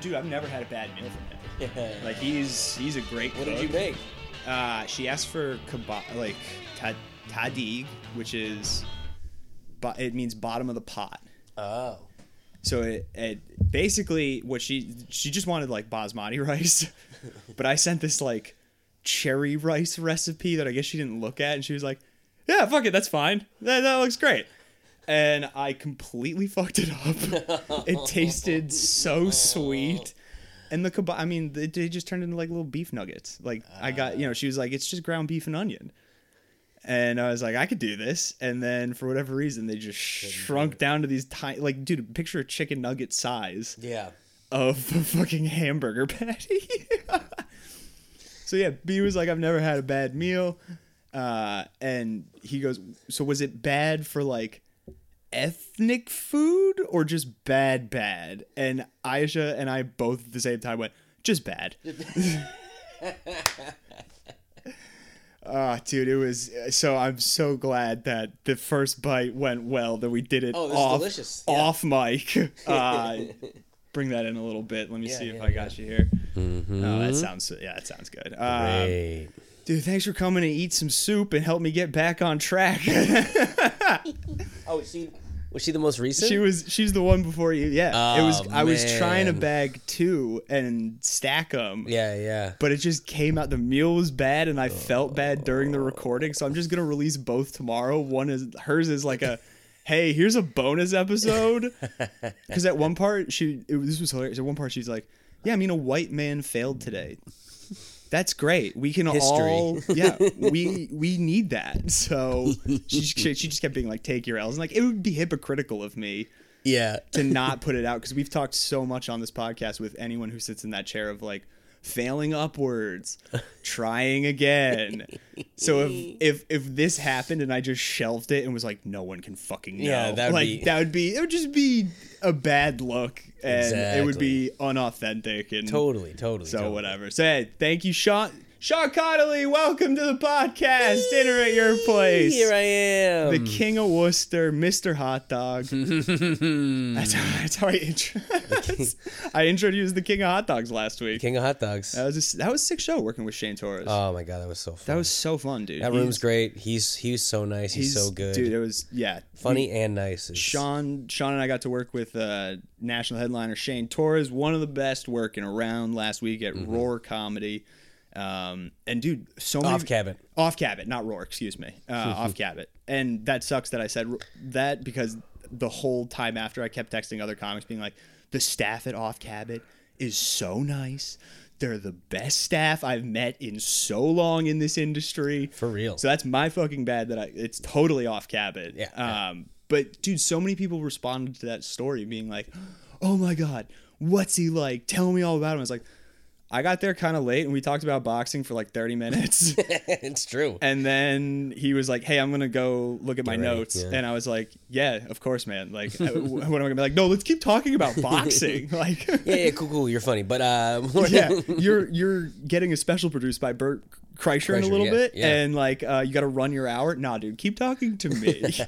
dude, I've never had a bad meal from him. Yeah. Like he's he's a great. what did you cook. make? Uh, she asked for kebab, like ta- tadig, which is, bo- it means bottom of the pot. Oh. So it, it basically what she she just wanted like basmati rice, but I sent this like cherry rice recipe that I guess she didn't look at, and she was like, "Yeah, fuck it, that's fine. That that looks great." And I completely fucked it up. it tasted so sweet. And the kebab, I mean, they, they just turned into like little beef nuggets. Like, I got, you know, she was like, it's just ground beef and onion. And I was like, I could do this. And then for whatever reason, they just shrunk down to these tiny, like, dude, picture a chicken nugget size Yeah. of a fucking hamburger patty. so yeah, B was like, I've never had a bad meal. Uh, and he goes, So was it bad for like ethnic food or just bad, bad? And Aisha and I both at the same time went, Just bad. Ah, dude, it was so. I'm so glad that the first bite went well. That we did it Oh, it was off, delicious, yeah. off mic. Uh, bring that in a little bit. Let me Yeah, see if yeah, I got you here. Oh, that sounds yeah, that sounds good. Um, Mm-hmm. Great. dude, thanks for coming to eat some soup and help me get back on track. Oh, is she was she the most recent? she was she's the one before you. Yeah, it was. Oh, I was trying to man. bag two and stack them. yeah, yeah. Oh. But it just came out. The meal was bad, and I felt bad during the recording. So I'm just gonna release both tomorrow. One is hers is like a, hey, here's a bonus episode. Because at one part she, it, was- this was hilarious. At one part she's like, yeah, I mean, a white man failed today. That's great. We can History. all, yeah, we we need that. So she, she she just kept being like, take your L's, and like it would be hypocritical of me Yeah. to not put it out because we've talked so much on this podcast with anyone who sits in that chair of like failing upwards, trying again. So if if if this happened and I just shelved it and was like, no one can fucking know, Yeah, that'd like be- that would be it would just be a bad look and it would be unauthentic and Totally, totally. so totally. whatever. So hey, thank you, Sean. Sean Connolly, welcome to the podcast. Dinner at your place Here I am. the king of Worcester, Mr. Hot Dog. that's, how, that's how I intro. I introduced the king of hot dogs last week. King of hot dogs. That was a, s- that was a sick show working with Shane Torres. oh my god, that was so fun. that was so fun, dude. that He's- room's great. He's he was so nice. He's, so good. dude. It was yeah. Funny and nice. It's- Sean, Sean and I got to work with uh, national headliner Shane Torres, one of the best working around last week at Roar Comedy. Um, and dude, so many Mm-hmm. Off Cabot. off Cabot, not Roar, excuse me, uh, off Cabot. And that sucks that I said ro- that because the whole time after I kept texting other comics, being like, the staff at Off Cabot is so nice. They're the best staff I've met in so long in this industry. For real. So that's my fucking bad that I it's totally off Cabot. Yeah, yeah. Um but dude, so many people responded to that story being like, "Oh my god, what's he like? Tell me all about him." I was like, I got there kind of late and we talked about boxing for like 30 minutes. it's true. and then he was like, "Hey, I'm gonna go look at my ready, notes," yeah. and I was like, "Yeah, of course, man. Like, I- w- what am I gonna be like? No, let's keep talking about boxing. like, yeah, yeah, cool, cool. You're funny, but uh, more- yeah, you're you're getting a special produced by Bert Kreischer in a Kreischer, little yeah, bit, yeah. and like uh, you got to run your hour. Nah, dude, keep talking to me.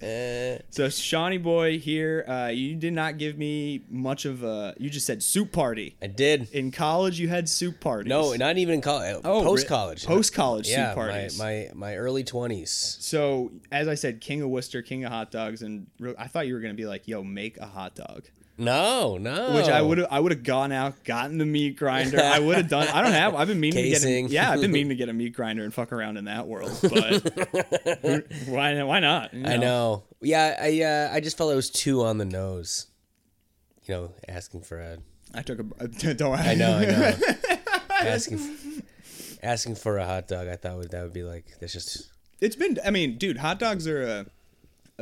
so Shawnee boy here, uh, you did not give me much of a. You just said soup party. I did. In college, you had soup parties. No, not even in college. Oh, re- post college. post-college soup Yeah, my, parties. my my early twenties. So as I said, King of Worcester, King of hot dogs, and re- I thought you were gonna be like, "Yo, make a hot dog," No, no. which I would I would have gone out, gotten the meat grinder. I would have done. I don't have. I've been meaning Casing. to get. A, yeah, I've been meaning to get a meat grinder and fuck around in that world. But why why not? you I know. Yeah, I uh, I just felt it was too on the nose. You know, asking for a. I took a. Don't worry. I know, I know. asking, f- asking for a hot dog. I thought would, that would be like that's just It's been. I mean, dude, hot dogs are a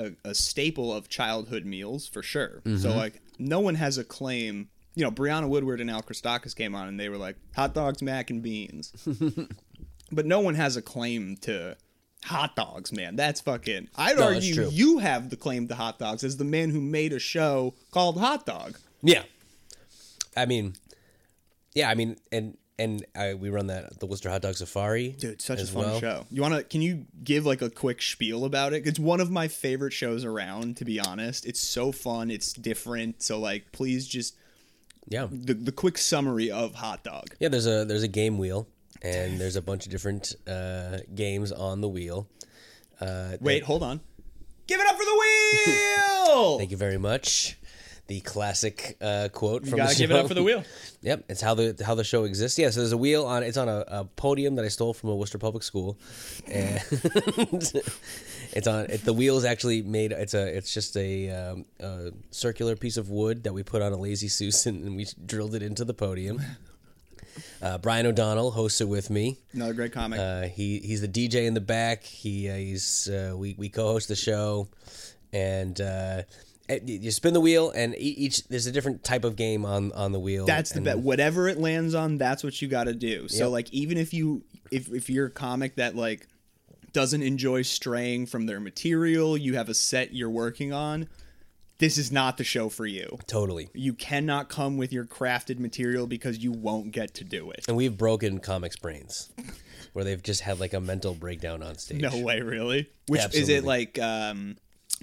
a, a staple of childhood meals for sure. So Mm-hmm. like, no one has a claim. You know, Brianna Woodward and Al Christakis came on, and they were like hot dogs, mac and beans. but no one has a claim to hot dogs, man. That's fucking. I'd No, that's argue true. you have the claim to hot dogs as the man who made a show called Hot Dog. yeah. I mean, yeah, I mean, and and I, we run that the Worcester Hot Dog Safari. Dude, such as a fun well. show. You wanna? Can you give like a quick spiel about it? It's one of my favorite shows around. To be honest, it's so fun. It's different. So like, please just Yeah. the, the quick summary of hot dog. Yeah, there's a there's a game wheel, and there's a bunch of different uh, games on the wheel. Uh, Wait, hold on. Give it up for the wheel. Thank you very much. The classic uh, quote from Gotta the give it up show. for the wheel. Yep, it's how the how the show exists. Yeah, so there's a wheel on it's on a, a podium that I stole from a Worcester public school, and it's on it, the wheel is actually made. It's a it's just a, um, a circular piece of wood that we put on a lazy susan and we drilled it into the podium. Uh, Brian O'Donnell hosts it with me. Another great comic. Uh, he he's the DJ in the back. He uh, he's uh, we we co-host the show, and uh, eh, you spin the wheel, and e- each there's a different type of game on on the wheel. that's the and- bet. Whatever it lands on, that's what you got to do. So Yep. like, even if you if if you're a comic that like doesn't enjoy straying from their material, you have a set you're working on. This is not the show for you. Totally. You cannot come with your crafted material because you won't get to do it. And we've broken comics' brains where they've just had like a mental breakdown on stage. No way, really. Which is Absolutely. it like um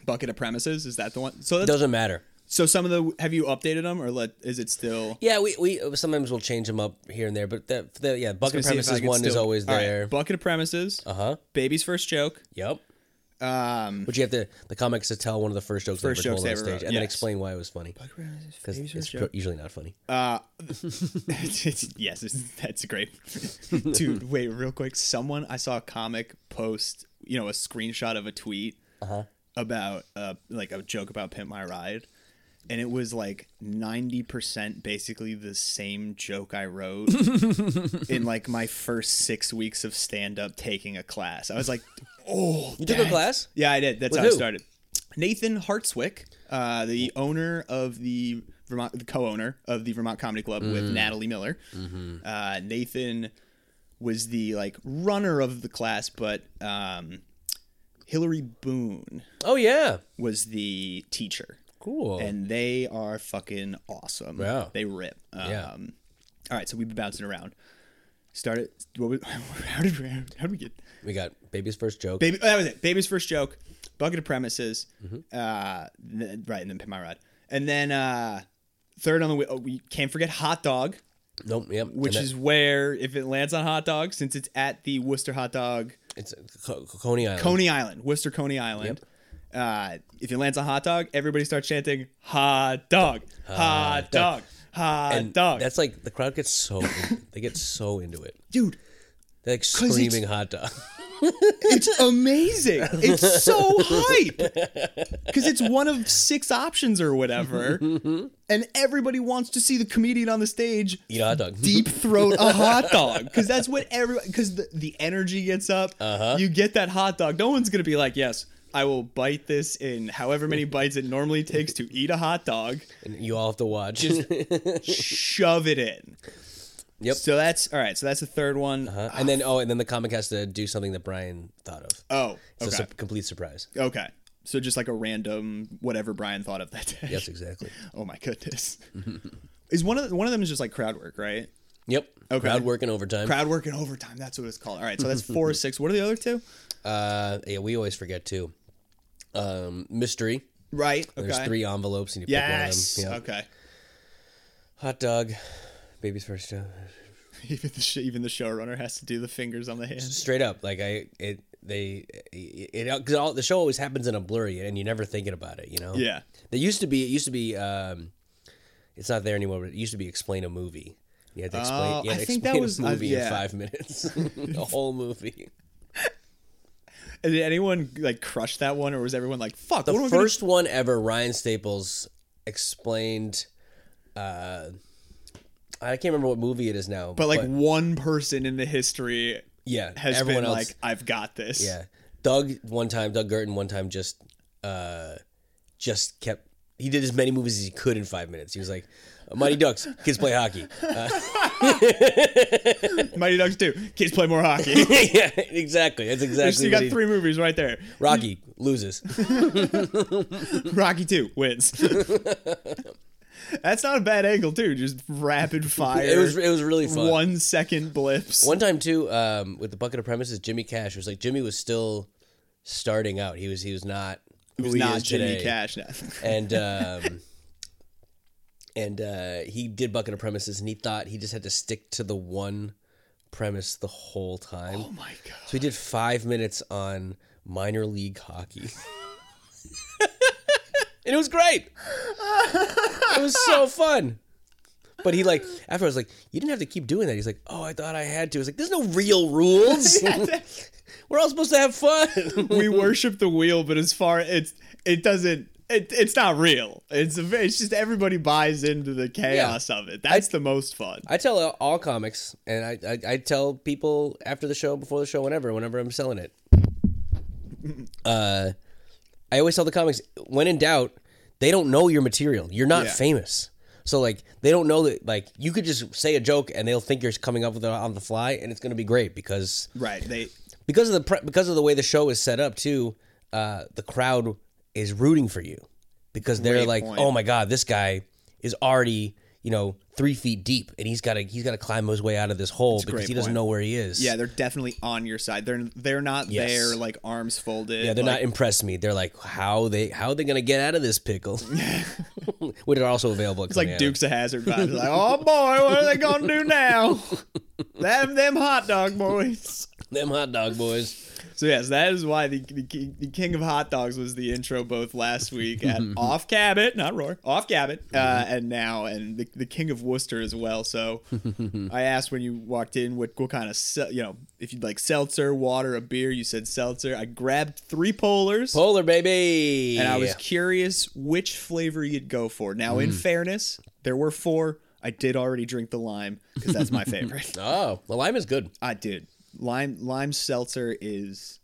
bucket of premises? Is that the one? So that's, Doesn't matter. so some of the have you updated them or let is it still? Yeah, we, we sometimes we'll change them up here and there, but the, the yeah, bucket of See if I premises can one is still- always All right, there. bucket of premises. Uh huh. Baby's first joke. Yep. Um, But you have to the comics to tell one of the first jokes First they ever jokes told they on ever stage, wrote, and then yes. explain why it was funny because it's pro- usually not funny. It's- yes, it's, that's great. Dude, wait, real quick. Someone I saw a comic post, you know, a screenshot of a tweet Uh-huh. about uh, like a joke about Pimp My Ride, and it was like ninety percent basically the same joke I wrote in like my first six weeks of stand up taking a class. I was like, oh, You took a that- class? Yeah, I did. That's With how I who? started. Nathan Hartswick, uh, the owner of the Vermont, the co-owner of the Vermont Comedy Club with Mm. Natalie Miller. Mm-hmm. Uh, Nathan was the like runner of the class, but um, Hillary Boone Oh yeah, was the teacher, cool. and they are fucking awesome. Yeah. they rip. Um, Yeah. All right, so we've been bouncing around. Started. What was, how did we, how did we get? we got baby's first joke. Baby, that was it. Baby's first joke, bucket of premises, uh, th- right, and then pin my rod, and then uh, third on the wheel. Oh, we can't forget hot dog, nope. Yep. and which that- is where if it lands on hot dog, since it's at the Worcester hot dog, it's uh, Co- Co- Coney Island. Coney Island, Worcester Coney Island. Uh, if it lands on hot dog, everybody starts chanting hot dog, hot dog, hot and dog. That's like the crowd gets so in- they get so into it. dude, They're like it's- screaming hot dog. It's amazing. It's so hype. Because it's one of six options or whatever. And everybody wants to see the comedian on the stage Eat a hot dog. deep throat a hot dog. Because that's what everyone, because the, the energy gets up. Uh-huh. You get that hot dog. No one's going to be like, yes, I will bite this in however many bites it normally takes to eat a hot dog. And you all have to watch. Shove it in. Yep. So that's, all right. So that's the third one. Uh, and then oh, and then the comic has to do something that Brian thought of. Oh, It's okay. a su- complete surprise. okay. So just like a random whatever Brian thought of that day. Yes, exactly. Oh my goodness. is one of the, one of them is just like crowd work, right? Yep. Okay. Crowd work and overtime. Crowd work and overtime. That's what it's called. All right, so that's four or six. What are the other two? uh, yeah, we always forget too. Um, mystery. Right. Okay. There's three envelopes and you Yes. pick one of them. Okay. Yeah. Hot dog. Baby's first joke. Even the sh- even the showrunner has to do the fingers on the hand. Straight up, like I it they it, it cause all, the show always happens in a blurry and you're never thinking about it. You know. Yeah. There used to be it used to be um, it's not there anymore. But it used to be explain a movie. You had to explain. Oh, you had I to think that explain was- a I- movie yeah. in five minutes. the whole movie. And Did anyone like crush that one, or was everyone like, "Fuck"? The what am I gonna- 1st one ever, Ryan Staples explained. Uh, I can't remember what movie it is now, But like one person in the history yeah, has everyone been else, like, "I've got this." yeah. Doug one time, Doug Gurton one time just, uh, just kept. He did as many movies as he could in five minutes. He was like, "Mighty Ducks, kids play hockey." Mighty Ducks two. Kids play more hockey. yeah, exactly. That's exactly. you what got he- three movies right there. Rocky loses. Rocky two wins. That's not a bad angle too. Just rapid fire. It was it was really fun. One, one second blips. time too, um, with the bucket of premises, Jimmy Cash was like Jimmy was still starting out. He was he was not. He It was not Jimmy Cash. No. And um, and uh, he did bucket of premises, and he thought he just had to stick to the one premise the whole time. Oh my god. So we did five minutes on minor league hockey. and it was great. It was so fun. But he like after I was like, you didn't have to keep doing that. He's like, oh, I thought I had to. I was like, there's no real rules. We're all supposed to have fun. we worship the wheel, but as far it's it doesn't it, it's not real. It's a, it's just everybody buys into the chaos of it. That's the most fun. I tell all comics, and I, I I tell people after the show, before the show, whenever, whenever I'm selling it. Uh, I always tell the comics when in doubt, they don't know your material. You're not Yeah. famous, so like they don't know that like you could just say a joke and they'll think you're coming up with it on the fly, and it's gonna be great because right. They because of the pre- because of the way the show is set up too, uh, the crowd is rooting for you because they're Great like, point. oh my god, this guy is already you know three feet deep and he's got to he's got to climb his way out of this hole because great he doesn't point. know where he is. yeah, they're definitely on your side. They're they're not Yes. there like arms folded. Yeah, they're like, not impressed me. They're like, how they how are they gonna get out of this pickle? Which are also available. It's like Dukes of Hazard vibes. like, oh boy, what are they gonna do now? them them hot dog boys. them hot dog boys. So yes, that is why the, the, king, the king of hot dogs was the intro both last week at Off Cabot, not Roar, Off Cabot, uh, and now and the, the king of Worcester as well. So I asked when you walked in what what kind of se- you know if you'd like seltzer, water, a beer. You said seltzer. I grabbed three polars. Polar baby. and I was curious which flavor you'd go for. Now, in fairness, there were four. I did already drink the lime because that's my favorite. Oh, the lime is good. I did. Lime lime seltzer is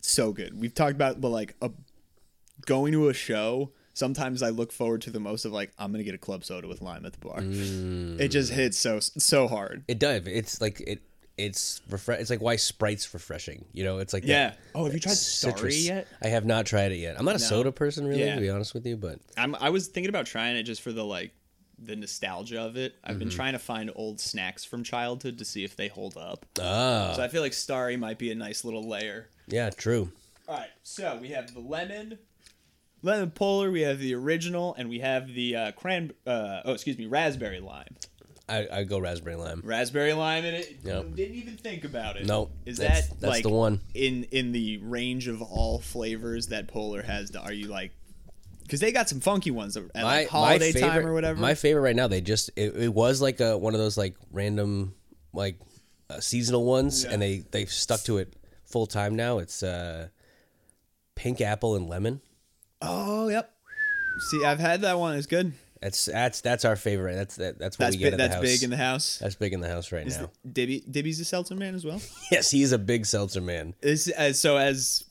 so good. We've talked about but like a going to a show. Sometimes I look forward to the most of like I'm gonna get a club soda with lime at the bar. It just hits so so hard. It does. It's like it. It's refre- It's like why Sprite's refreshing. You know, it's like that- Yeah. Oh, have you tried Starry citrus. yet? I have not tried it yet. I'm not a soda person, really, Yeah. to be honest with you. But I'm, I was thinking about trying it just for the like the nostalgia of it. I've Mm-hmm. been trying to find old snacks from childhood to see if they hold up. ah, So I feel like Starry might be a nice little layer. yeah, true. All right, so we have the lemon, lemon polar. We have the original, and we have the uh, cran. Uh, oh, excuse me, raspberry lime. I, I go raspberry lime. Raspberry lime in it. Yep. Didn't even think about it. Nope, Is that's- that that's like the one. in in the range of all flavors that polar has? Are you like? Because they got some funky ones at like holiday time or whatever. My favorite right now. They just it, it was like a one of those like random like uh, seasonal ones, Yeah. and they they've stuck to it full time now. It's uh pink apple and lemon. oh, yep. See, I've had that one. It's good. That's that's that's our favorite. That's that, that's what That's we get big. at That's the house. big in the house. that's big in the house right now. Dibby, Dibby's a seltzer man as well. yes, he's a big seltzer man. This as so as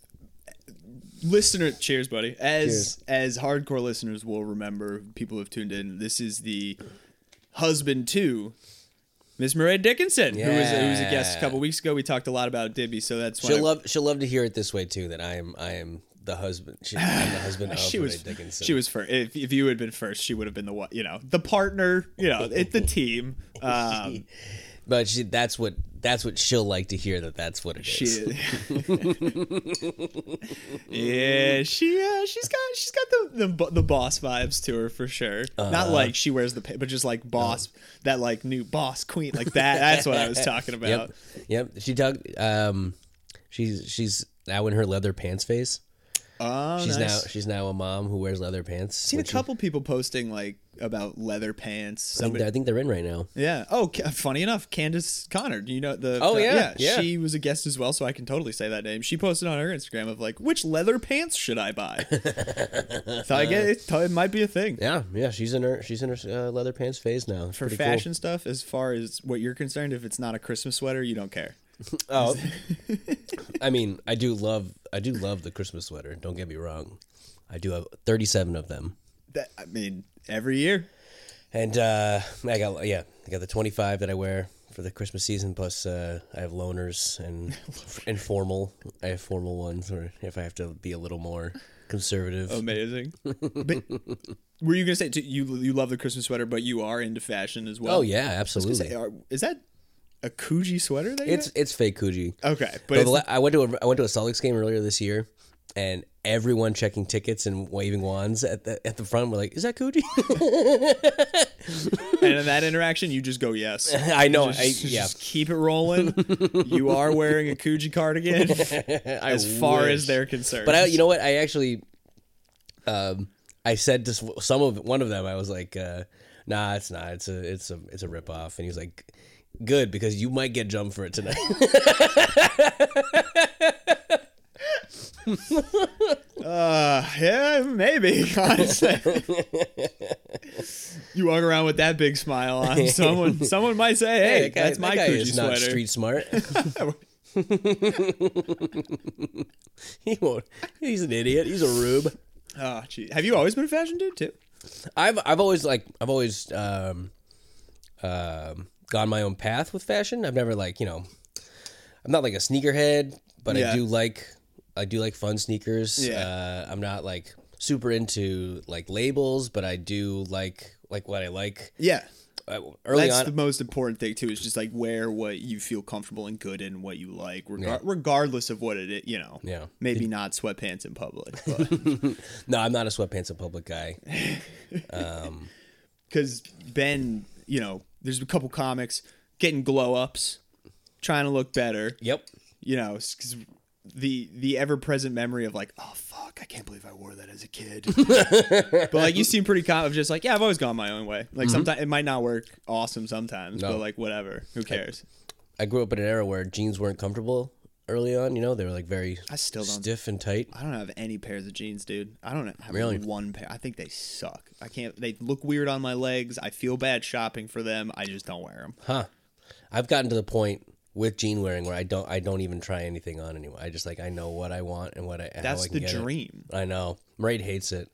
listener cheers buddy as as hardcore listeners will remember people who have tuned in this is the husband to miss murray dickinson who, was, who was a guest a Yeah. couple weeks ago we talked a lot about dibby so that's why She'll love she'll love to hear it this way too. That I am I am the husband. She, I'm the husband of she Ray was Dickinson. she was first if, if you had been first she would have been the one you know the partner you know it, the team um, but she, that's what that's what she'll like to hear. That that's what it is. She, yeah, she uh, she's got she's got the, the bo- the boss vibes to her for sure. Uh-huh. Not like she wears the pa- but just like boss that like new boss queen like that. That's what I was talking about. Yep. Yep. She talked. Um, she's she's now in her leather pants phase. Oh, She's nice. now she's now a mom who wears leather pants. Seen a which is- couple people posting like about leather pants. I think, Somebody, they're, I think they're in right now. yeah. Oh, Ca- funny enough, Candace Connor. Do you know the? Oh, the- yeah, yeah. She was a guest as well, so I can totally say that name. She posted on her Instagram of like, which leather pants should I buy? so I guess it, it might be a thing. Yeah. Yeah. She's in her she's in her uh, leather pants phase now. It's for pretty fashion stuff as far as what you're concerned if it's not a christmas sweater you don't care Cool. Oh. I mean, I do love I do love the Christmas sweater. Don't get me wrong. I do have thirty seven of them. that i mean every year And uh, I got yeah, I got the 25 that I wear for the Christmas season. Plus, uh, I have loners and and formal. I have formal ones, or if I have to be a little more conservative. Um, amazing but were you gonna say too, you you love the christmas sweater but you are into fashion as well oh yeah, absolutely. Say, uh, are- is that a Coogee sweater that you It's it's fake Coogee. have? okay uh, but But it's, the, la- I went to a I went to a Celtics game earlier this year, and everyone checking tickets and waving wands at the at the front. We're like, "Is that Cootie?" and in that interaction, you just go yes. I know. Just, I, just- yeah, just keep it rolling. you are wearing a Coogee cardigan, I as far wish. as they're concerned. But I, you know what? I actually, um, I said to s- some of one of them, I was like, uh, "Nah, it's not. It's a, it's a, it's a ripoff." And he was like, "Good, because you might get jumped for it tonight." Uh, yeah, maybe. Honestly, you walk around with that big smile on. Someone, someone might say, "Hey, that guy- that's that my guy Coogee is not sweater." street smart. he won't. He's an idiot. He's a rube. oh, gee. have you always been a fashion dude too? I've I've always like I've always um, um, gone my own path with fashion. I've never like you know, I'm not like a sneakerhead, but I Yeah. do like I do like fun sneakers. Yeah. Uh, I'm not like super into like labels, but I do like like what I like. Yeah, Uh, early that's on, the most important thing too. Is just like wear what you feel comfortable and good in, what you like, regar- regardless of what it is. You know, Yeah. maybe not sweatpants in public, but no, I'm not a sweatpants in public guy. because Ben, you know, there's a couple comics getting glow ups, trying to look better. Yep. you know, because the the ever present memory of like, oh fuck, I can't believe I wore that as a kid. but like, you seem pretty calm of just like, yeah, I've always gone my own way. Like sometimes it might not work awesome sometimes, Mm-hmm. No. but like whatever, who cares? I grew up in an era where jeans weren't comfortable early on. You know, they were like very I still don't. stiff and tight. I don't have any pairs of jeans, dude. I don't have Really? one pair. I think they suck. I can't. They look weird on my legs. I feel bad shopping for them. I just don't wear them. Huh. I've gotten to the point with jean wearing where I don't I don't even try anything on anymore. I just like I know what I want and what I how That's I can the get it. dream. I know. Mairead hates it.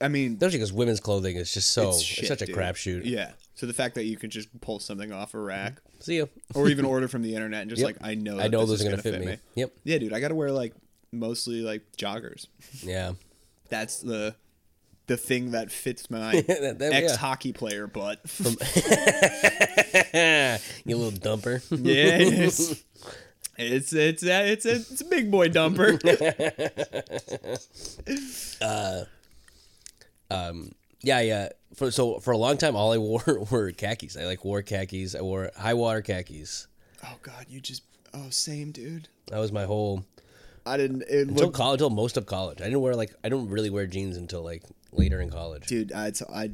I mean, Especially because women's clothing is just so Oh, it's shit, such a dude. crapshoot. yeah. So the fact that you can just pull something off a rack See ya. or even order from the internet and just like I know I know this those is are gonna, gonna fit, me. Yep. Yeah, dude, I gotta wear like mostly like joggers. Yeah. That's the the thing that fits my That- that- ex yeah. hockey player butt. you little dumper. yes. It's it's a, it's a, it's a big boy dumper. yeah, yeah. For, so for a long time, all I wore were khakis. I like wore khakis. I wore high water khakis. oh god, you just oh same dude. That was my whole I didn't it until looked college, until most of college. I didn't wear like I don't really wear jeans until like later in college. dude. I it's, I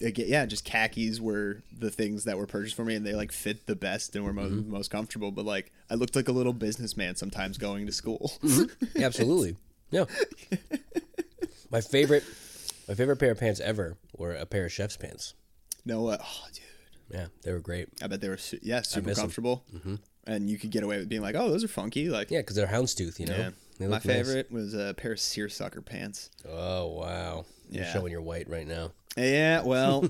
again yeah, just khakis were the things that were purchased for me, and they like fit the best and were mo- Mm-hmm. most comfortable. But like I looked like a little businessman sometimes going to school. Absolutely. Yeah. my favorite my favorite pair of pants ever were a pair of chef's pants. no, uh, oh, dude. Yeah, they were great. I bet they were su- yeah super miss 'em. Mm-hmm. comfortable, and you could get away with being like, oh, those are funky. Like, Yeah, because they're houndstooth, you know. yeah. They my look nice. favorite was a pair of seersucker pants. Oh wow. You're Yeah. showing your white right now. Yeah, well,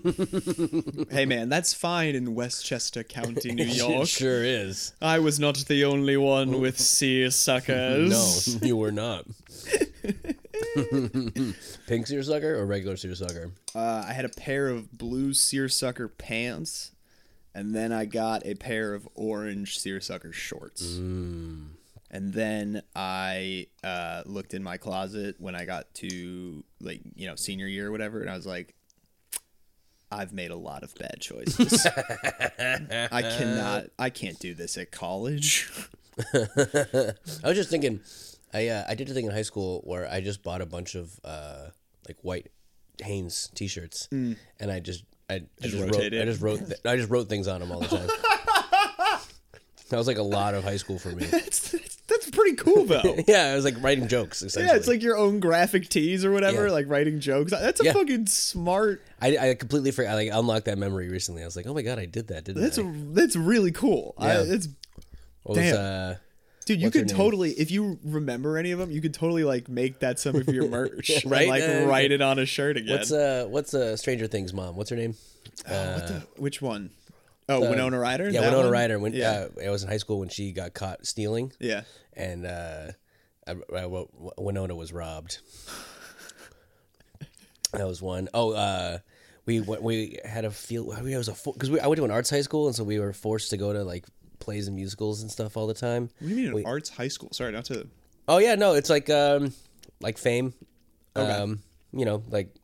hey man, that's fine in Westchester County, New York. It sure is. I was not the only one with No, seersuckers. you were not. Pink seersucker or regular seersucker? Uh, I had a pair of blue seersucker pants, and then I got a pair of orange seersucker shorts. Mm. And then I uh, looked in my closet when I got to like you know senior year or whatever, and I was like, I've made a lot of bad choices. I cannot, I can't do this at college. I was just thinking, I uh, I did a thing in high school where I just bought a bunch of uh, like white Hanes T-shirts, and I just I, I just, wrote Mm. rotate I it. just wrote th- I just wrote things on them all the time. that was like a lot of high school for me. that's, that's that's pretty cool though. Yeah, I was like writing jokes. Essentially. Yeah, it's like your own graphic tees or whatever, Yeah. like writing jokes. That's a Yeah. fucking smart I, I completely forgot. I like unlocked that memory recently. I was like, oh my god, I did that, didn't That's I? that's really cool. I, Yeah. it's What was, damn. uh, dude, you What's her could name? totally if you remember any of them, you could totally like make that some of your merch, Right? And, like Yeah, yeah, write it on a shirt again. what's uh what's uh Stranger Things mom? What's her name? Oh, what the- which one? Oh, Winona Ryder. Yeah, That Winona one? Ryder. When yeah, uh, I was in high school when she got caught stealing. yeah. and uh, I, I wrote "W- Winona was robbed. That was one. Oh, uh, we went- we had a field. We was a because we, I went to an arts high school, and so we were forced to go to like plays and musicals and stuff all the time. What do you mean an arts high school? Sorry, not to. Oh yeah, no, it's like um, like Fame. Okay. Um, you know, like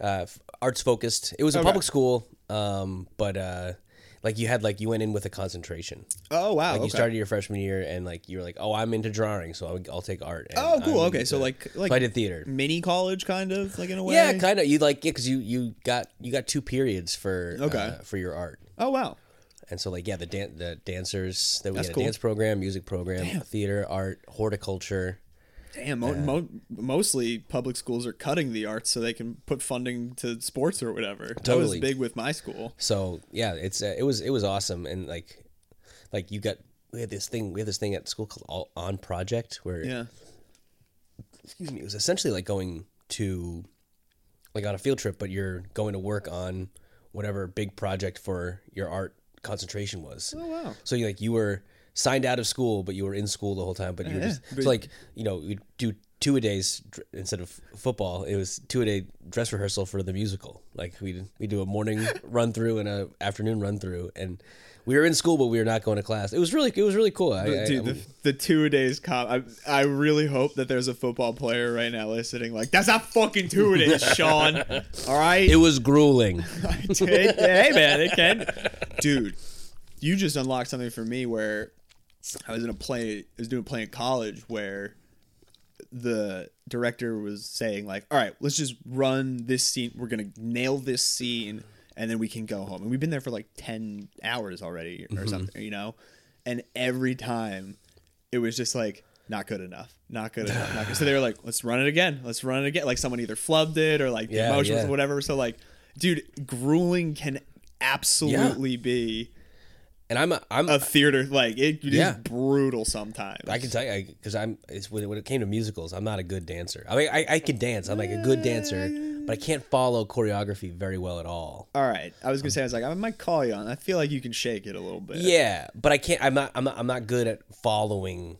uh, f- arts focused. It was a Okay. public school, um, but uh, like you had like you went in with a concentration. Oh wow. Like okay. you started your freshman year, and like you were like, "Oh, I'm into drawing, so I'll, I'll take art." and Oh, cool. I'm Okay, so, into-" like- like- I did theater. mini college kind of like in a way. Yeah, kind of. You like yeah, because you you got you got two periods for Okay. uh, for your art, oh wow. and so like yeah, the dan- the dancers that we That's had a cool. dance program, music program, theater, art, horticulture. Damn. Mo- mo- mostly public schools are cutting the arts so they can put funding to sports or whatever. That was Totally. big with my school. So yeah, it's uh, it was it was awesome, and like like you got we had this thing we had this thing at school called All On Project where Yeah. excuse me, it was essentially like going to like on a field trip, but you're going to work on whatever big project for your art concentration was. Oh wow. So you like you were signed out of school, but you were in school the whole time. But you were Yeah, just but- so like you know you do two a days dr- instead of football. It was two a day dress rehearsal for the musical. Like we we do a morning run through and a afternoon run through, and we were in school, but we were not going to class. It was really it was really cool. I, I- Dude, I'm- the, the two days cop. I, I really hope that there's a football player right now listening. Like, that's not fucking two days, Sean. All right, it was grueling. Dude, hey man, it can. Dude, you just unlocked something for me where I was in a play. I was doing a play in college where the director was saying like, "All right, let's just run this scene. We're gonna nail this scene, and then we can go home." And we've been there for like ten hours already or something, you know. And every time, it was just like. Not good enough. Not good enough. Not good. So they were like, "Let's run it again. Let's run it again." Like someone either flubbed it or like the Yeah, emotions, yeah. whatever whatever. So like, dude, grueling can absolutely be And I'm a, I'm a theater. Like it is Yeah. brutal sometimes. I can tell you because I'm it's when, it- when it came to musicals, I'm not a good dancer. I mean, I, I can dance. I'm like a good dancer, but I can't follow choreography very well at all. All right, I was gonna say I was like I might call you on. I feel like you can shake it a little bit. Yeah, but I can't. I'm not. I'm not. I'm not good at following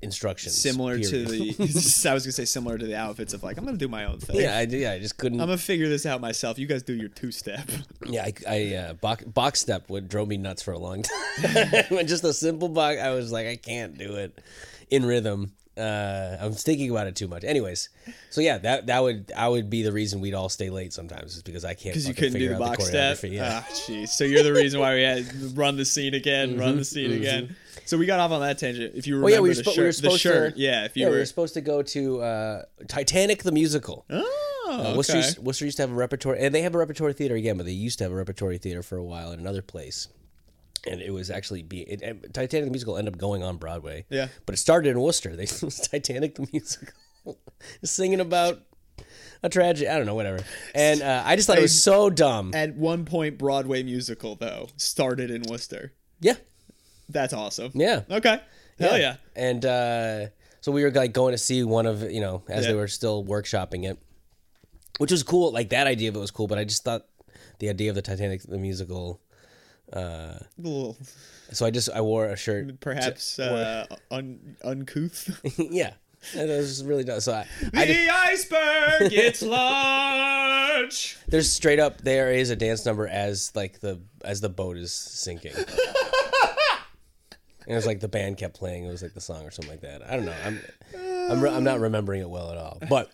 instructions. Similar to period. the, I was gonna say similar to the outfits of like I'm gonna do my own thing. Yeah, I yeah, I just couldn't. I'm gonna figure this out myself. You guys do your two step. yeah, I, I uh, box, box step would drove me nuts for a long time. just a simple box, I was like, I can't do it in rhythm. Uh, I'm thinking about it too much. Anyways, so yeah, that that would I would be the reason we'd all stay late sometimes is because I can't because you fucking couldn't do figure the out box step. choreography, Yeah. Ah, jeez. So you're the reason why we had run the scene again, run the scene again. So we got off on that tangent. If you remember Well, Mm-hmm. Oh, yeah, we were, the spo- shirt, we were the supposed shirt, to. yeah. If you we were, supposed to go to uh, Titanic the musical. oh, Uh, okay. Worcester, used, Worcester used to have a repertory, and they have a repertory theater again, but they used to have a repertory theater for a while in another place. And it was actually be it, and Titanic the musical ended up going on Broadway. Yeah. but it started in Worcester. They it was Titanic the musical, singing about a tragedy. I don't know, whatever. And uh, I just thought it was so dumb. at one point Broadway musical though started in Worcester. Yeah, That's awesome. yeah. Okay. Hell yeah. And uh, so we were like going to see one of you know as they Yeah. were still workshopping it, which was cool. Like that idea of it was cool, but I just thought the idea of the Titanic the musical. Little, So I just I wore a shirt. perhaps uh, un- uncouth. yeah, and it was really dumb. So I, I did- the iceberg gets large. there's straight up there is a dance number as like the as the boat is sinking. and it was like the band kept playing. It was like the song or something like that. I don't know. I'm I'm, re- I'm not remembering it well at all. But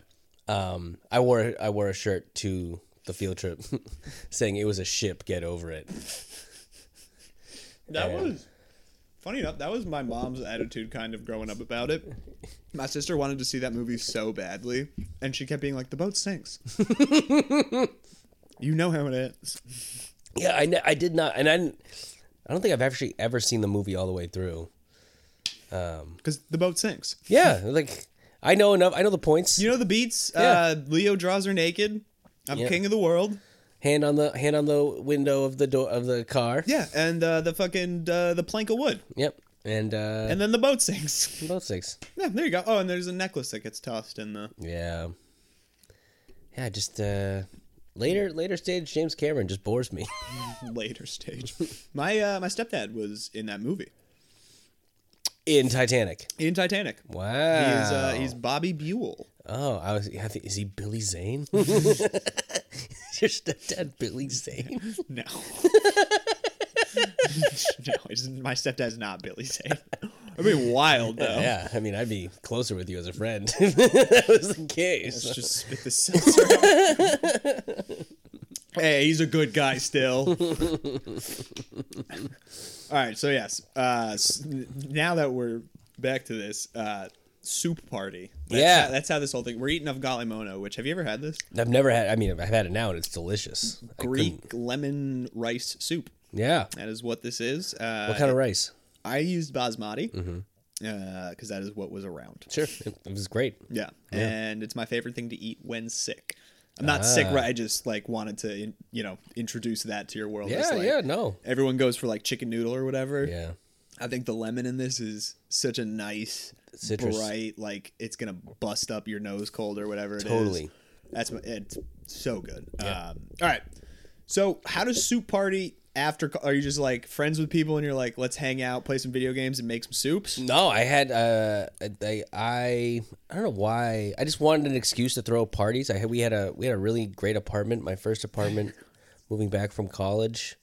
um, I wore I wore a shirt to the field trip saying it was a ship. Get over it. That Yeah. was funny enough. That was my mom's attitude, kind of growing up about it. My sister wanted to see that movie so badly, and she kept being like, "The boat sinks." you know how it is. Yeah, I, ne- I did not, and I didn't, I don't think I've actually ever seen the movie all the way through. because the boat sinks. Yeah, like I know enough. I know the points. You know the beats. Uh, Leo draws her naked. I'm Yeah. king of the world. hand on the hand on the window of the door of the car. Yeah, and uh, the fucking uh, the plank of wood, Yep. And uh and then the boat sinks. both six. Yeah, there you go. Oh, and there's a necklace that gets tossed in the. Yeah. Yeah, just uh later later stage James Cameron just bores me. later stage. My uh, my stepdad was in that movie In Titanic. in Titanic. Wow. He's uh, he's Bobby Buell. oh, I was I think, is he Billy Zane? Your stepdad Billy Zane. No, no, it's- my stepdad's not Billy Zane. I mean, wild though. Yeah, I mean, I'd be closer with you as a friend if that was the case. Let's just spit the seltzer. out. hey, he's a good guy still. All right, so yes, uh, s- now that we're back to this uh, soup party, that's Yeah. how, that's how this whole thing. We're eating of galimono, which have you ever had this I've never had. I mean, I've had it now, and it's delicious. I couldn't- Greek lemon rice soup? Yeah. That is what this is. Uh, What Mm-hmm. kind of rice? I used basmati because that is what was around. Sure, it, it was great. Yeah. And it's my favorite thing to eat when sick. I'm not sick, Ah. right? I just like wanted to, in- you know, introduce that to your world. It's Yeah, like, yeah, no. Everyone goes for like chicken noodle or whatever. Yeah. I think the lemon in this is such a nice, Citrus. bright, like it's gonna bust up your nose cold or whatever. it is. Totally. That's my, it's so good. Um, all right. So how does soup party after? co- Are you just like friends with people and you're like, let's hang out, play some video games, and make some soups? No, I had uh, I, I I don't know why. I just wanted an excuse to throw parties. I had we had a we had a really great apartment, my first apartment, moving back from college,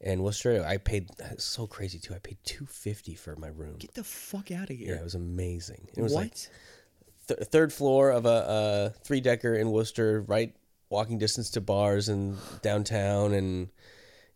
in Worcester. I paid it's so crazy too. I paid two fifty for my room. Get the fuck out of Yeah, it here. was amazing. It was what? like th- third floor of a, uh three decker in Worcester, right walking distance to bars and downtown, and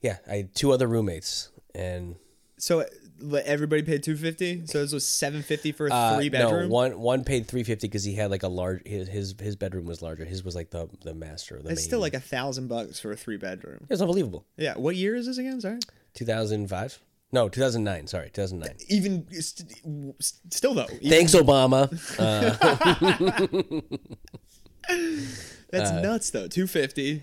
yeah, I had two other roommates, and So uh, let everybody paid two fifty. So this was seven fifty for a Uh, three bedroom. No, one one paid three fifty because he had like a large his, his his bedroom was larger. His was like the the master. The It's main. still like a thousand bucks for a three bedroom. it was unbelievable. Yeah. What year is this again? Sorry. Two thousand five. No, two thousand nine. Sorry, two thousand nine. Even st- w- st- still though, E, even- Thanks, Obama. Uh, that's nuts though. Two fifty.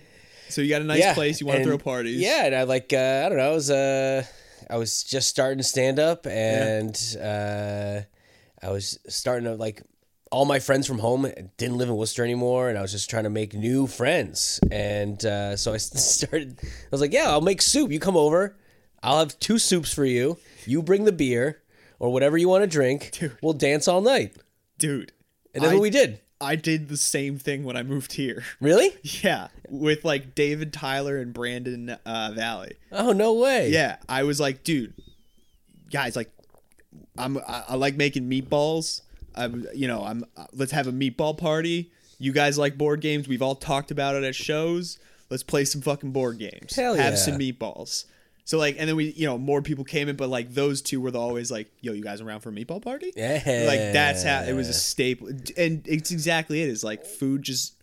So you got a nice yeah, place. You want to and- throw parties. Yeah, and I like uh, I don't know. I was uh, I was just starting stand up, and uh, I was starting to like all my friends from home didn't live in Worcester anymore, and I was just trying to make new friends, and uh, so I started. I was like, yeah, I'll make soup. You come over, I'll have two soups for you. You bring the beer or whatever you want to drink. We'll dance all night, dude. and that's I, what we did. I did the same thing when I moved here. Really? Yeah, with like David Tyler and Brandon uh, Valley. Oh no way! Yeah, I was like, dude, guys, like, I'm I, I like making meatballs. I'm, you know, I'm. uh, Let's have a meatball party. You guys like board games? We've all talked about it at shows. Let's play some fucking board games. Hell have yeah. some meatballs. So like, and then we, you know, more people came in, but like those two were the always like, yo, you guys around for a meatball party? Yeah. Like that's how it was a staple, and it's exactly it. It's like food just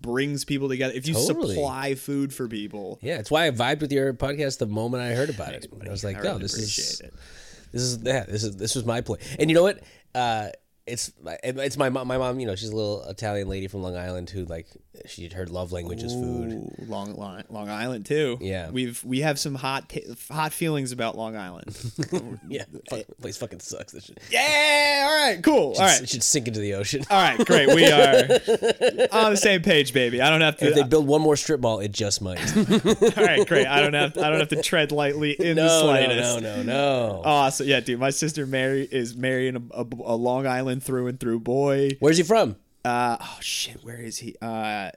brings people together. If you Totally. supply food for people, Yeah, it's why I vibed with your podcast the moment I heard about it. I was like, I "Yo, really this is appreciate it. this is yeah, this is this was my play." And you know what? Uh, it's it's my mom. My mom, you know, she's a little Italian lady from Long Island who like she her love language is food. Ooh, Long, Long Long Island too. Yeah. we've we have some hot ta hot feelings about Long Island. Yeah, fuck, place fucking sucks. It should, yeah, all right, cool. All it right, should sink into the ocean. all right, great. We are on the same page, baby. I don't have If they to. build one more strip mall, it just might. all right, great. I don't have I don't have to tread lightly in the no, no, slightest. no, no, no. Awesome. Yeah, dude. My sister Mary is marrying a, a, a Long Island through and through boy. Where's he from? Uh, oh shit, where is he? Uh,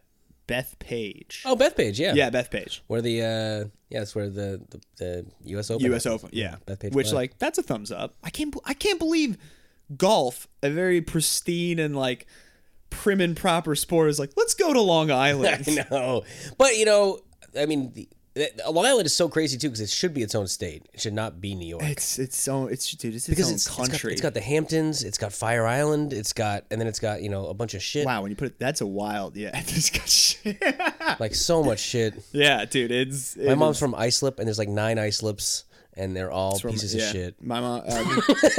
Beth Page. Oh, Bethpage. Yeah, Yeah, Beth Page. Where the uh, yeah, it's where the the, the U.S. Open. U.S. Open, yeah, Bethpage which Plaza. like that's a thumbs up. I can't I can't believe golf, a very pristine and like prim and proper sport, is like let's go to Long Island. I know, but you know, I mean, the, the, Long Island is so crazy too because it should be its own state. It should not be New York It's it's so it's dude, it's because its it's, own it's got- country. it's got the Hamptons, it's got Fire Island, it's got, and then it's got you know a bunch of shit, wow, when you put it, that's a wild. Yeah, it's got shit. like so much shit. yeah, dude, it's. My it mom's from Islip, and there's like nine Islips, and they're all from- pieces yeah. of shit. My mom, uh,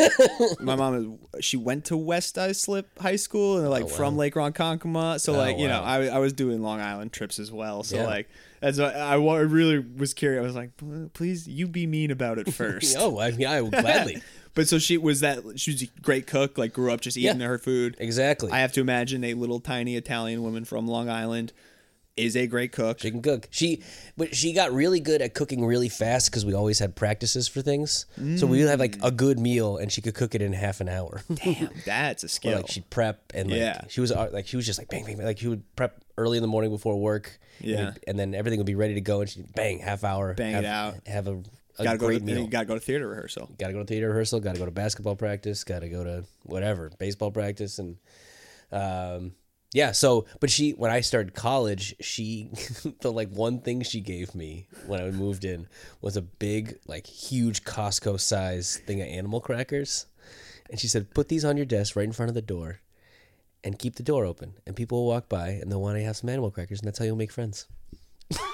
my mom, is, she went to West Islip High School and like from Lake Ronkonkoma. So like you know, Oh, wow. I I was doing Long Island trips as well. So Yeah. like as I, I wa- really was curious, I was like, "Pl- please, you be mean about it first. Oh, I, yeah, I would gladly, But so she was that she was a great cook. Like grew up just eating Yeah. her food. exactly. I have to imagine a little tiny Italian woman from Long Island is a great cook. she can cook. She, but she got really good at cooking really fast because we always had practices for things. So we would have like a good meal, and she could cook it in half an hour. Mm. Damn, that's a skill. like she'd prep and like Yeah. she was uh, like she was just like bang bang bang. like she would prep early in the morning before work and Yeah. it'd- and then everything would be ready to go and she'd bang half hour Bang have, it out. have a a gotta go. To, great then meal. you gotta go to theater rehearsal. Got to go to theater rehearsal. Got to go to basketball practice. Got to go to whatever baseball practice and, um, yeah. So, but she when I started college, she the like one thing she gave me when I moved in was a big like huge Costco size thing of animal crackers, and she said put these on your desk right in front of the door, and keep the door open, and people will walk by and they'll want to have some animal crackers, and that's how you'll make friends.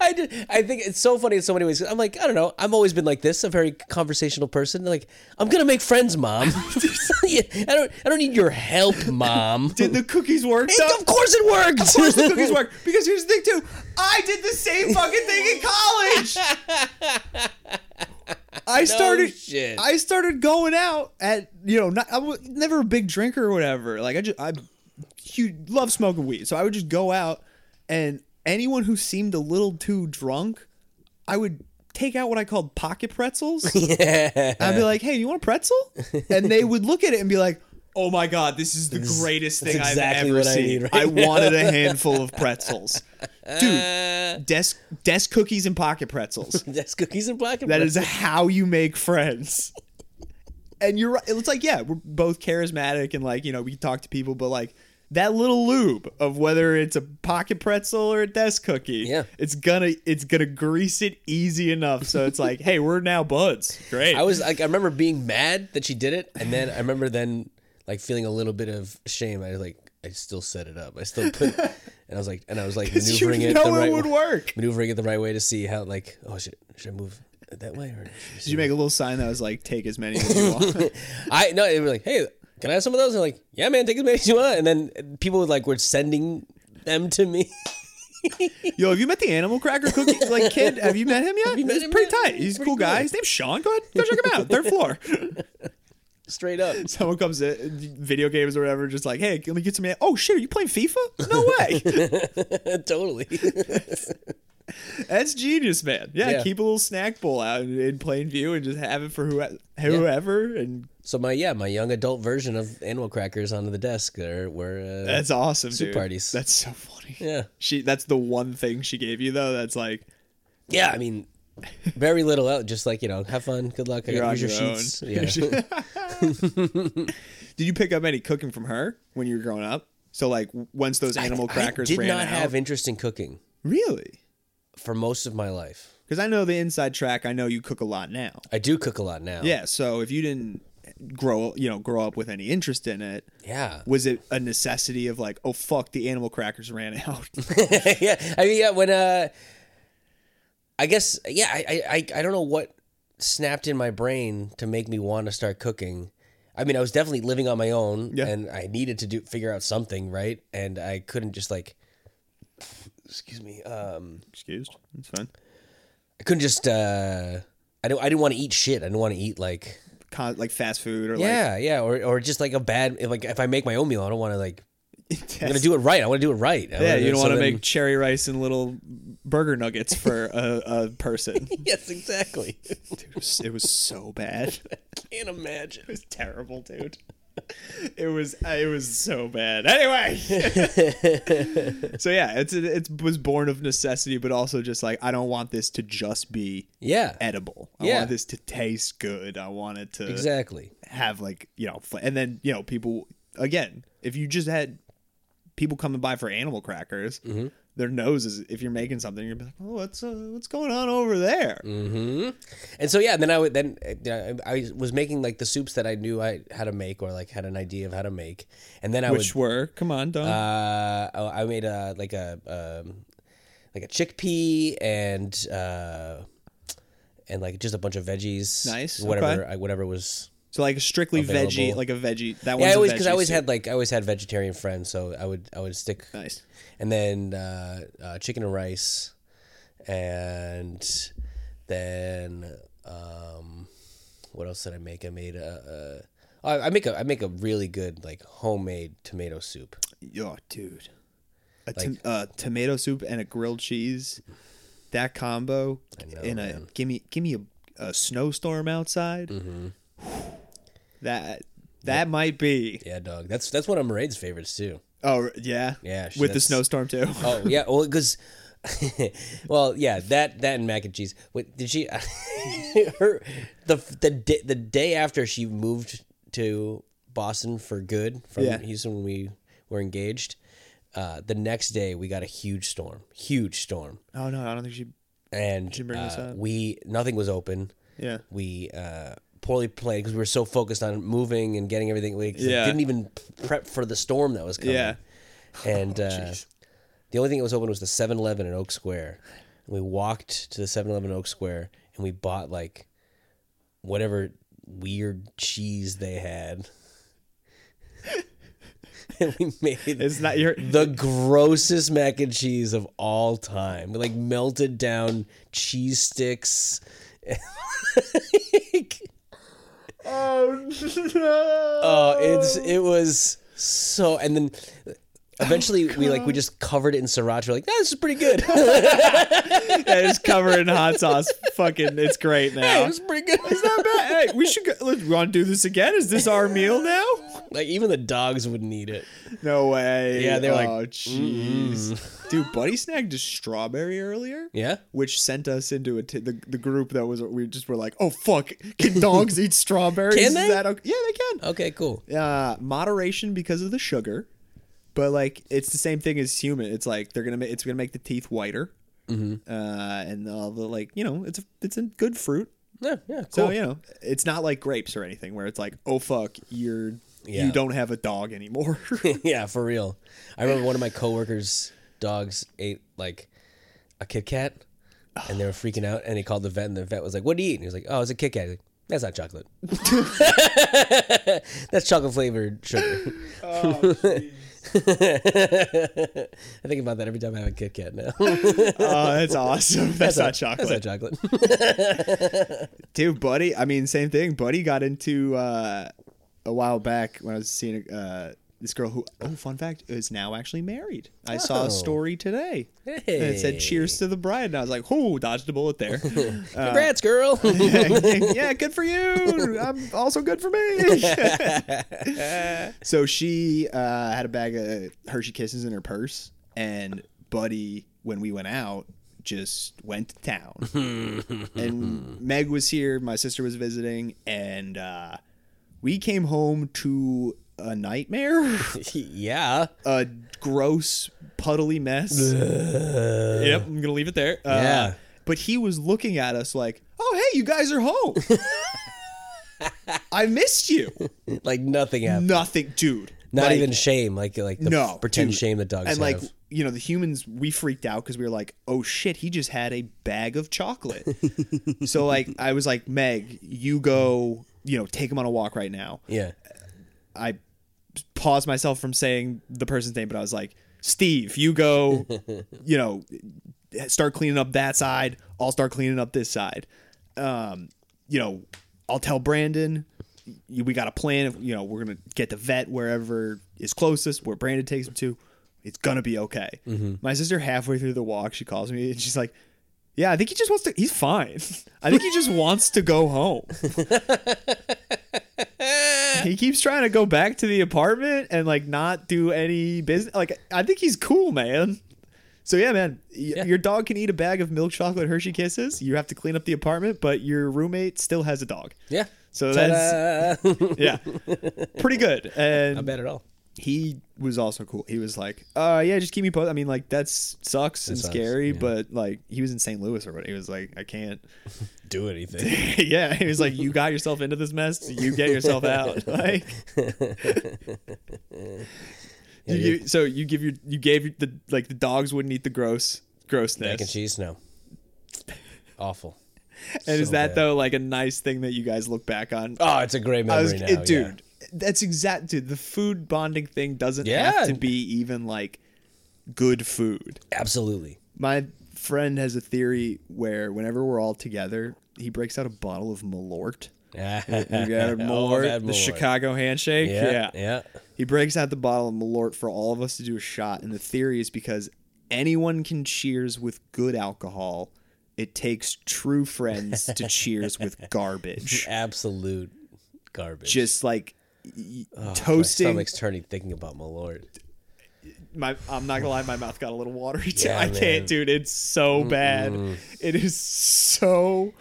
I did, I think it's so funny in so many ways. I'm like, I don't know. I've always been like this, a very conversational person. Like, I'm gonna make friends, mom. Yeah, I don't. I don't need your help, mom. Did the cookies work? though? of course it worked. Of course the cookies work. Because here's the thing too, I did the same fucking thing in college. I started shit. I started going out at you know not, I was never a big drinker or whatever. Like I just I huge, love smoking weed, so I would just go out and anyone who seemed a little too drunk, I would take out what I called pocket pretzels. yeah. I'd be like, "Hey, you want a pretzel?" And they would look at it and be like, "Oh my god, this is the greatest thing I've exactly ever what I seen." need right I wanted a handful of pretzels, dude. Desk desk cookies and pocket pretzels. That's cookies and black and That is how you make friends. And you're right. It's like, yeah, we're both charismatic and like, you know, we talk to people, but like that little lube of whether it's a pocket pretzel or a desk cookie, Yeah. it's gonna it's gonna grease it easy enough. So it's like, hey, we're now buds. Great. I was like, I remember being mad that she did it, and then I remember then like feeling a little bit of shame. I was like, I still set it up. I still put, and I was like, and I was like you maneuvering it know the it right would way, work. maneuvering it the right way to see how like, oh should should I move that way or? Did you make a little sign that was like, "Take as many as you want"? I no, they were like, hey, can I have some of those? And I'm like, yeah, man, take as many as you want. And then people would like were sending them to me. Yo, have you met the animal cracker cookie like kid? Have you met him yet? you met He's him pretty yet? tight. He's a cool guy. His name's Sean. Go ahead, go check him out. Third floor. Straight up. Someone comes in, video games or whatever, just like, "Hey, let me get some." an- Oh shit, are you playing FIFA? No way. totally. That's genius, man. Yeah, Yeah. keep a little snack bowl out in, in plain view and just have it for whoe- whoever. And so my yeah, my young adult version of animal crackers onto the desk there were uh, that's awesome, dude. parties. That's so funny. yeah. She. That's the one thing she gave you though. That's like, Yeah, I mean very little out, just like, you know, have fun, good luck. I You're got on use your, your own. sheets. Yeah. Did you pick up any cooking from her when you were growing up? So like w- once those animal crackers I did ran not out. have interest in cooking really? for most of my life. Because I know the inside track. I know you cook a lot now. I do cook a lot now. Yeah. So if you didn't grow, you know, grow up with any interest in it, Yeah. was it a necessity of like, oh fuck, the animal crackers ran out? yeah, I mean, yeah. When uh, I guess yeah, I, I I- I don't know what snapped in my brain to make me want to start cooking. I mean, I was definitely living on my own, Yeah. and I needed to do figure out something, right? And I couldn't just like, excuse me, um, Excused. It's fine. I couldn't just uh, I don't I didn't want to eat shit. I didn't want to eat like Con- like fast food or yeah, yeah, or or just like a bad if, like if I make my own meal, I don't want to like like. I'm gonna do it right. I want to do it right. I yeah, wanna- you don't so want to then- make cherry rice and little burger nuggets for a, a person. Yes, exactly. It was- it was so bad. Can't imagine. It was terrible, dude. It was it was so bad. Anyway, so yeah, it's it was born of necessity, but also just like I don't want this to just be Yeah, edible. I Yeah. want this to taste good. I want it to exactly. have like you know, fl- and then you know, people again. If you just had people coming by for animal crackers, Mm-hmm. their nose is if you're making something, you're gonna be like, oh, what's uh, what's going on over there? Mm-hmm. And so yeah, then I would then uh, I was making like the soups that I knew I how to make or like had an idea of how to make, and then I Which were come on, don't would uh oh, I made a like a um like a chickpea and uh and like just a bunch of veggies, Nice, whatever okay. I, whatever was. so like a strictly veggie, Available. like a veggie. That Yeah, one's I a always because veggie I always soup. had like I always had vegetarian friends, so I would I would stick nice. and then uh, uh, chicken and rice, and then um, what else did I make? I made a, a I I make a I make a really good like homemade tomato soup. Yo, dude. A tom- uh, tomato soup and a grilled cheese, that combo know, in a give me give me a, a snowstorm outside. Mm-hmm. That that might be. Yeah, dog. That's that's one of Mairead's favorites too. Oh yeah, Yeah, she- with the that's- snowstorm too. Oh yeah, well because well, yeah, that that and mac and cheese. Wait, did she? her the the day, the day after she moved to Boston for good from Yeah. Houston when we were engaged. Uh, the next day we got a huge storm, huge storm, Oh no, I don't think she. and you bring this uh, up? we nothing was open. Yeah. We uh, poorly played because we were so focused on moving and getting everything. We Yeah. didn't even prep for the storm that was coming. Yeah. And uh, Oh, jeez. the only thing that was open was the 7 Eleven in Oak Square. And we walked to the 7 Eleven in Oak Square and we bought like whatever weird cheese they had. and we made It's not your. the grossest mac and cheese of all time. Like melted down cheese sticks. Oh, it's it was so, and then eventually we Oh, like we just covered it in sriracha. We're like, "Ah, this is pretty good. yeah, Yeah, just cover it in hot sauce. Fucking, it's great now. this is pretty good. It's not bad. Hey, we should go. Look, we want to do this again? Is this our meal now? like even the dogs wouldn't eat it. No way. Yeah, they're like, oh jeez, dude. Buddy snagged a strawberry earlier. Yeah, Which sent us into a t- the, the group that was we just were like, oh fuck, can dogs eat strawberries? Can Is they? that okay? Yeah, they can. okay, cool. uh, moderation because of the sugar, but like it's the same thing as human. It's like they're gonna make it's gonna make the teeth whiter, mm-hmm. uh, and all the like you know it's a, it's a good fruit. Yeah, yeah, So cool. you know it's not like grapes or anything where it's like oh fuck you're Yeah. you don't have a dog anymore. yeah, for real. I remember one of my coworkers' dogs ate like a Kit Kat, and they were freaking out. And he called the vet, and the vet was like, "What do you eat?" And he was like, "Oh, it's a Kit Kat." He's like, that's not chocolate. That's chocolate flavored sugar. Oh, I think about that every time I have a Kit Kat now. that's, oh, that's awesome. That's, not chocolate, Uh, That's not chocolate. dude. Buddy, I mean same thing. Buddy got into uh, a while back when I was seeing uh, this girl who oh fun fact is now actually married. I saw Oh. a story today. And it Hey. said cheers to the bride. And I was like, whoo, dodged a bullet there. Congrats, girl. yeah, good for you. I'm also good for me. so she uh, had a bag of Hershey Kisses in her purse. And Buddy, when we went out, just went to town. and Meg was here. My sister was visiting. And uh, we came home to a nightmare yeah. a gross puddly mess. yep, I'm gonna leave it there. Uh, Yeah. But he was looking at us like, "Oh, hey, you guys are home. I missed you. Like nothing happened. Nothing, dude. Not Like, even shame. Like like the no pretend dude. shame that dogs and like have. you know the humans we freaked out because we were like oh shit he just had a bag of chocolate so like i was like meg you go you know take him on a walk right now yeah. I paused myself from saying the person's name, but I was like, Steve, you go, you know, start cleaning up that side. I'll start cleaning up this side. Um, you know, I'll tell Brandon. You, we got a plan. If, you know, we're gonna get the vet wherever is closest, where Brandon takes him to. It's gonna be okay. My sister halfway through the walk, she calls me and she's like, "Yeah, I think he just wants to. He's fine. I think he just wants to go home." he keeps trying to go back to the apartment and like not do any business. Like I think he's cool, man. So yeah, man, y- your dog can eat a bag of milk chocolate Hershey Kisses. You have to clean up the apartment, but your roommate still has a dog. Yeah. So that's that's yeah, pretty good. not And bad at all. he was also cool. He was like, "Uh, yeah, just keep me posted." I mean, like that sucks and sucks, scary, yeah. but like he was in St. Louis or what? He was like, "I can't." Do anything. yeah, he was like, "You got yourself into this mess. You get yourself out." Like, you, you- so you give your you gave the like the dogs wouldn't eat the gross Mac and grossness. cheese, no. Awful. And, is so that bad. though like a nice thing that you guys look back on? Oh, it's a great memory I was, now, it- dude. That's exact, dude. The food bonding thing doesn't Yeah. have to be even like good food. Yeah. Absolutely. My friend has a theory where whenever we're all together, he breaks out a bottle of Malort. Yeah. You got Malort, the Chicago handshake. Yeah. Yeah. He breaks out the bottle of Malort for all of us to do a shot, and the theory is because anyone can cheers with good alcohol. It takes true friends to cheers with garbage. Absolute garbage. Just like y- Oh, My toasting, stomach's turning thinking about my lord. my I'm not gonna lie, my mouth got a little watery. Too. Yeah, I man. can't, dude. It's so bad. It is so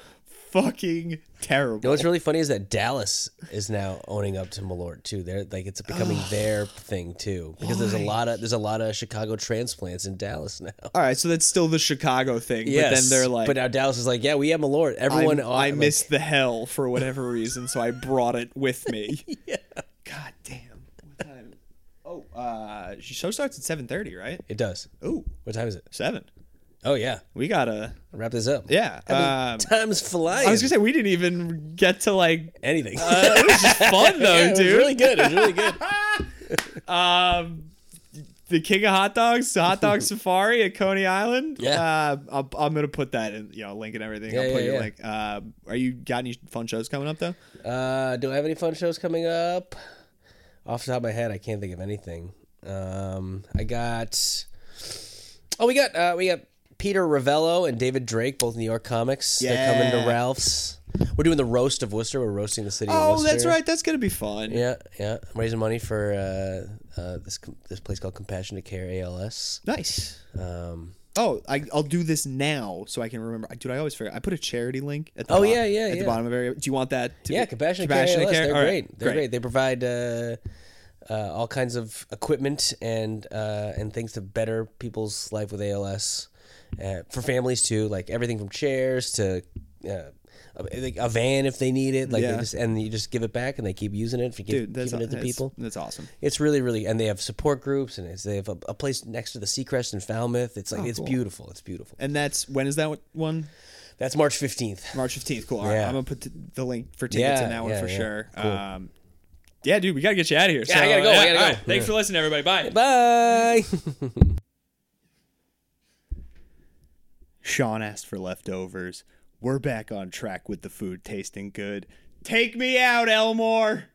fucking terrible. You know what's really funny is that Dallas is now owning up to Malort too. They're like it's becoming their thing too because there's a Why? lot of there's a lot of Chicago transplants in Dallas now. All right, so that's still the Chicago thing. but then they're like, but now Dallas is like, yeah, we have Malort. Everyone, I'm- uh, I like- missed the hell for whatever reason, so I brought it with me. yeah. God damn. What time? Oh, uh, show starts at seven thirty, right? It does. Ooh, What time is it? seven. Oh yeah, We gotta. wrap this up. Yeah. I mean, um, time's flying. I was gonna say we didn't even get to like. anything. Uh, it was just fun though, Yeah, it was dude. really good. It was really good. um, the king of hot dogs, the hot dog safari at Coney Island. Yeah. uh, I'll, I'm gonna put that in, you know, link and everything. I'll Yeah, put yeah, your yeah. link. Uh, are you got any fun shows coming up though? Uh, do I have any fun shows coming up? Off the top of my head, I can't think of anything. Um, I got. Oh, we got uh, we got Peter Ravello and David Drake, both New York comics. They're coming Yeah. to Ralph's. We're doing the roast of Worcester. We're roasting the city. of Oh, Worcester. that's right. That's gonna be fun. Yeah, yeah. I'm raising money for uh, uh, this com- this place called Compassionate Care ALS. Nice. Um, Oh, I, I'll do this now so I can remember. Dude, I always forget. I put a charity link at the Oh, bottom, yeah, yeah, at yeah. the bottom of every. Do you want that? To yeah, be- Compassionate, Care ALS. They're All right, great. They're great. They provide uh, uh, all kinds of equipment and uh, and things to better people's life with ALS uh, for families too. Like everything from chairs to. Uh, a, like a van if they need it like they Yeah. just and you just give it back and they keep using it if you give, Dude, that's giving it to that's- people That's awesome. It's really, really, and they have support groups, and it's, they have a, a place next to the Seacrest in Falmouth. It's like it's cool. beautiful. It's beautiful. And that's when is that one? That's March fifteenth. March fifteenth. Cool. All right, Yeah. I'm gonna put th- the link for tickets Yeah, in that one yeah, for yeah. sure. Cool. Um, yeah, dude, we gotta get you out of here. Yeah, I gotta go, I gotta go. Thanks for listening, everybody. Bye. Bye. Sean asked for leftovers. We're back on track with the food tasting good. Take me out, Elmore.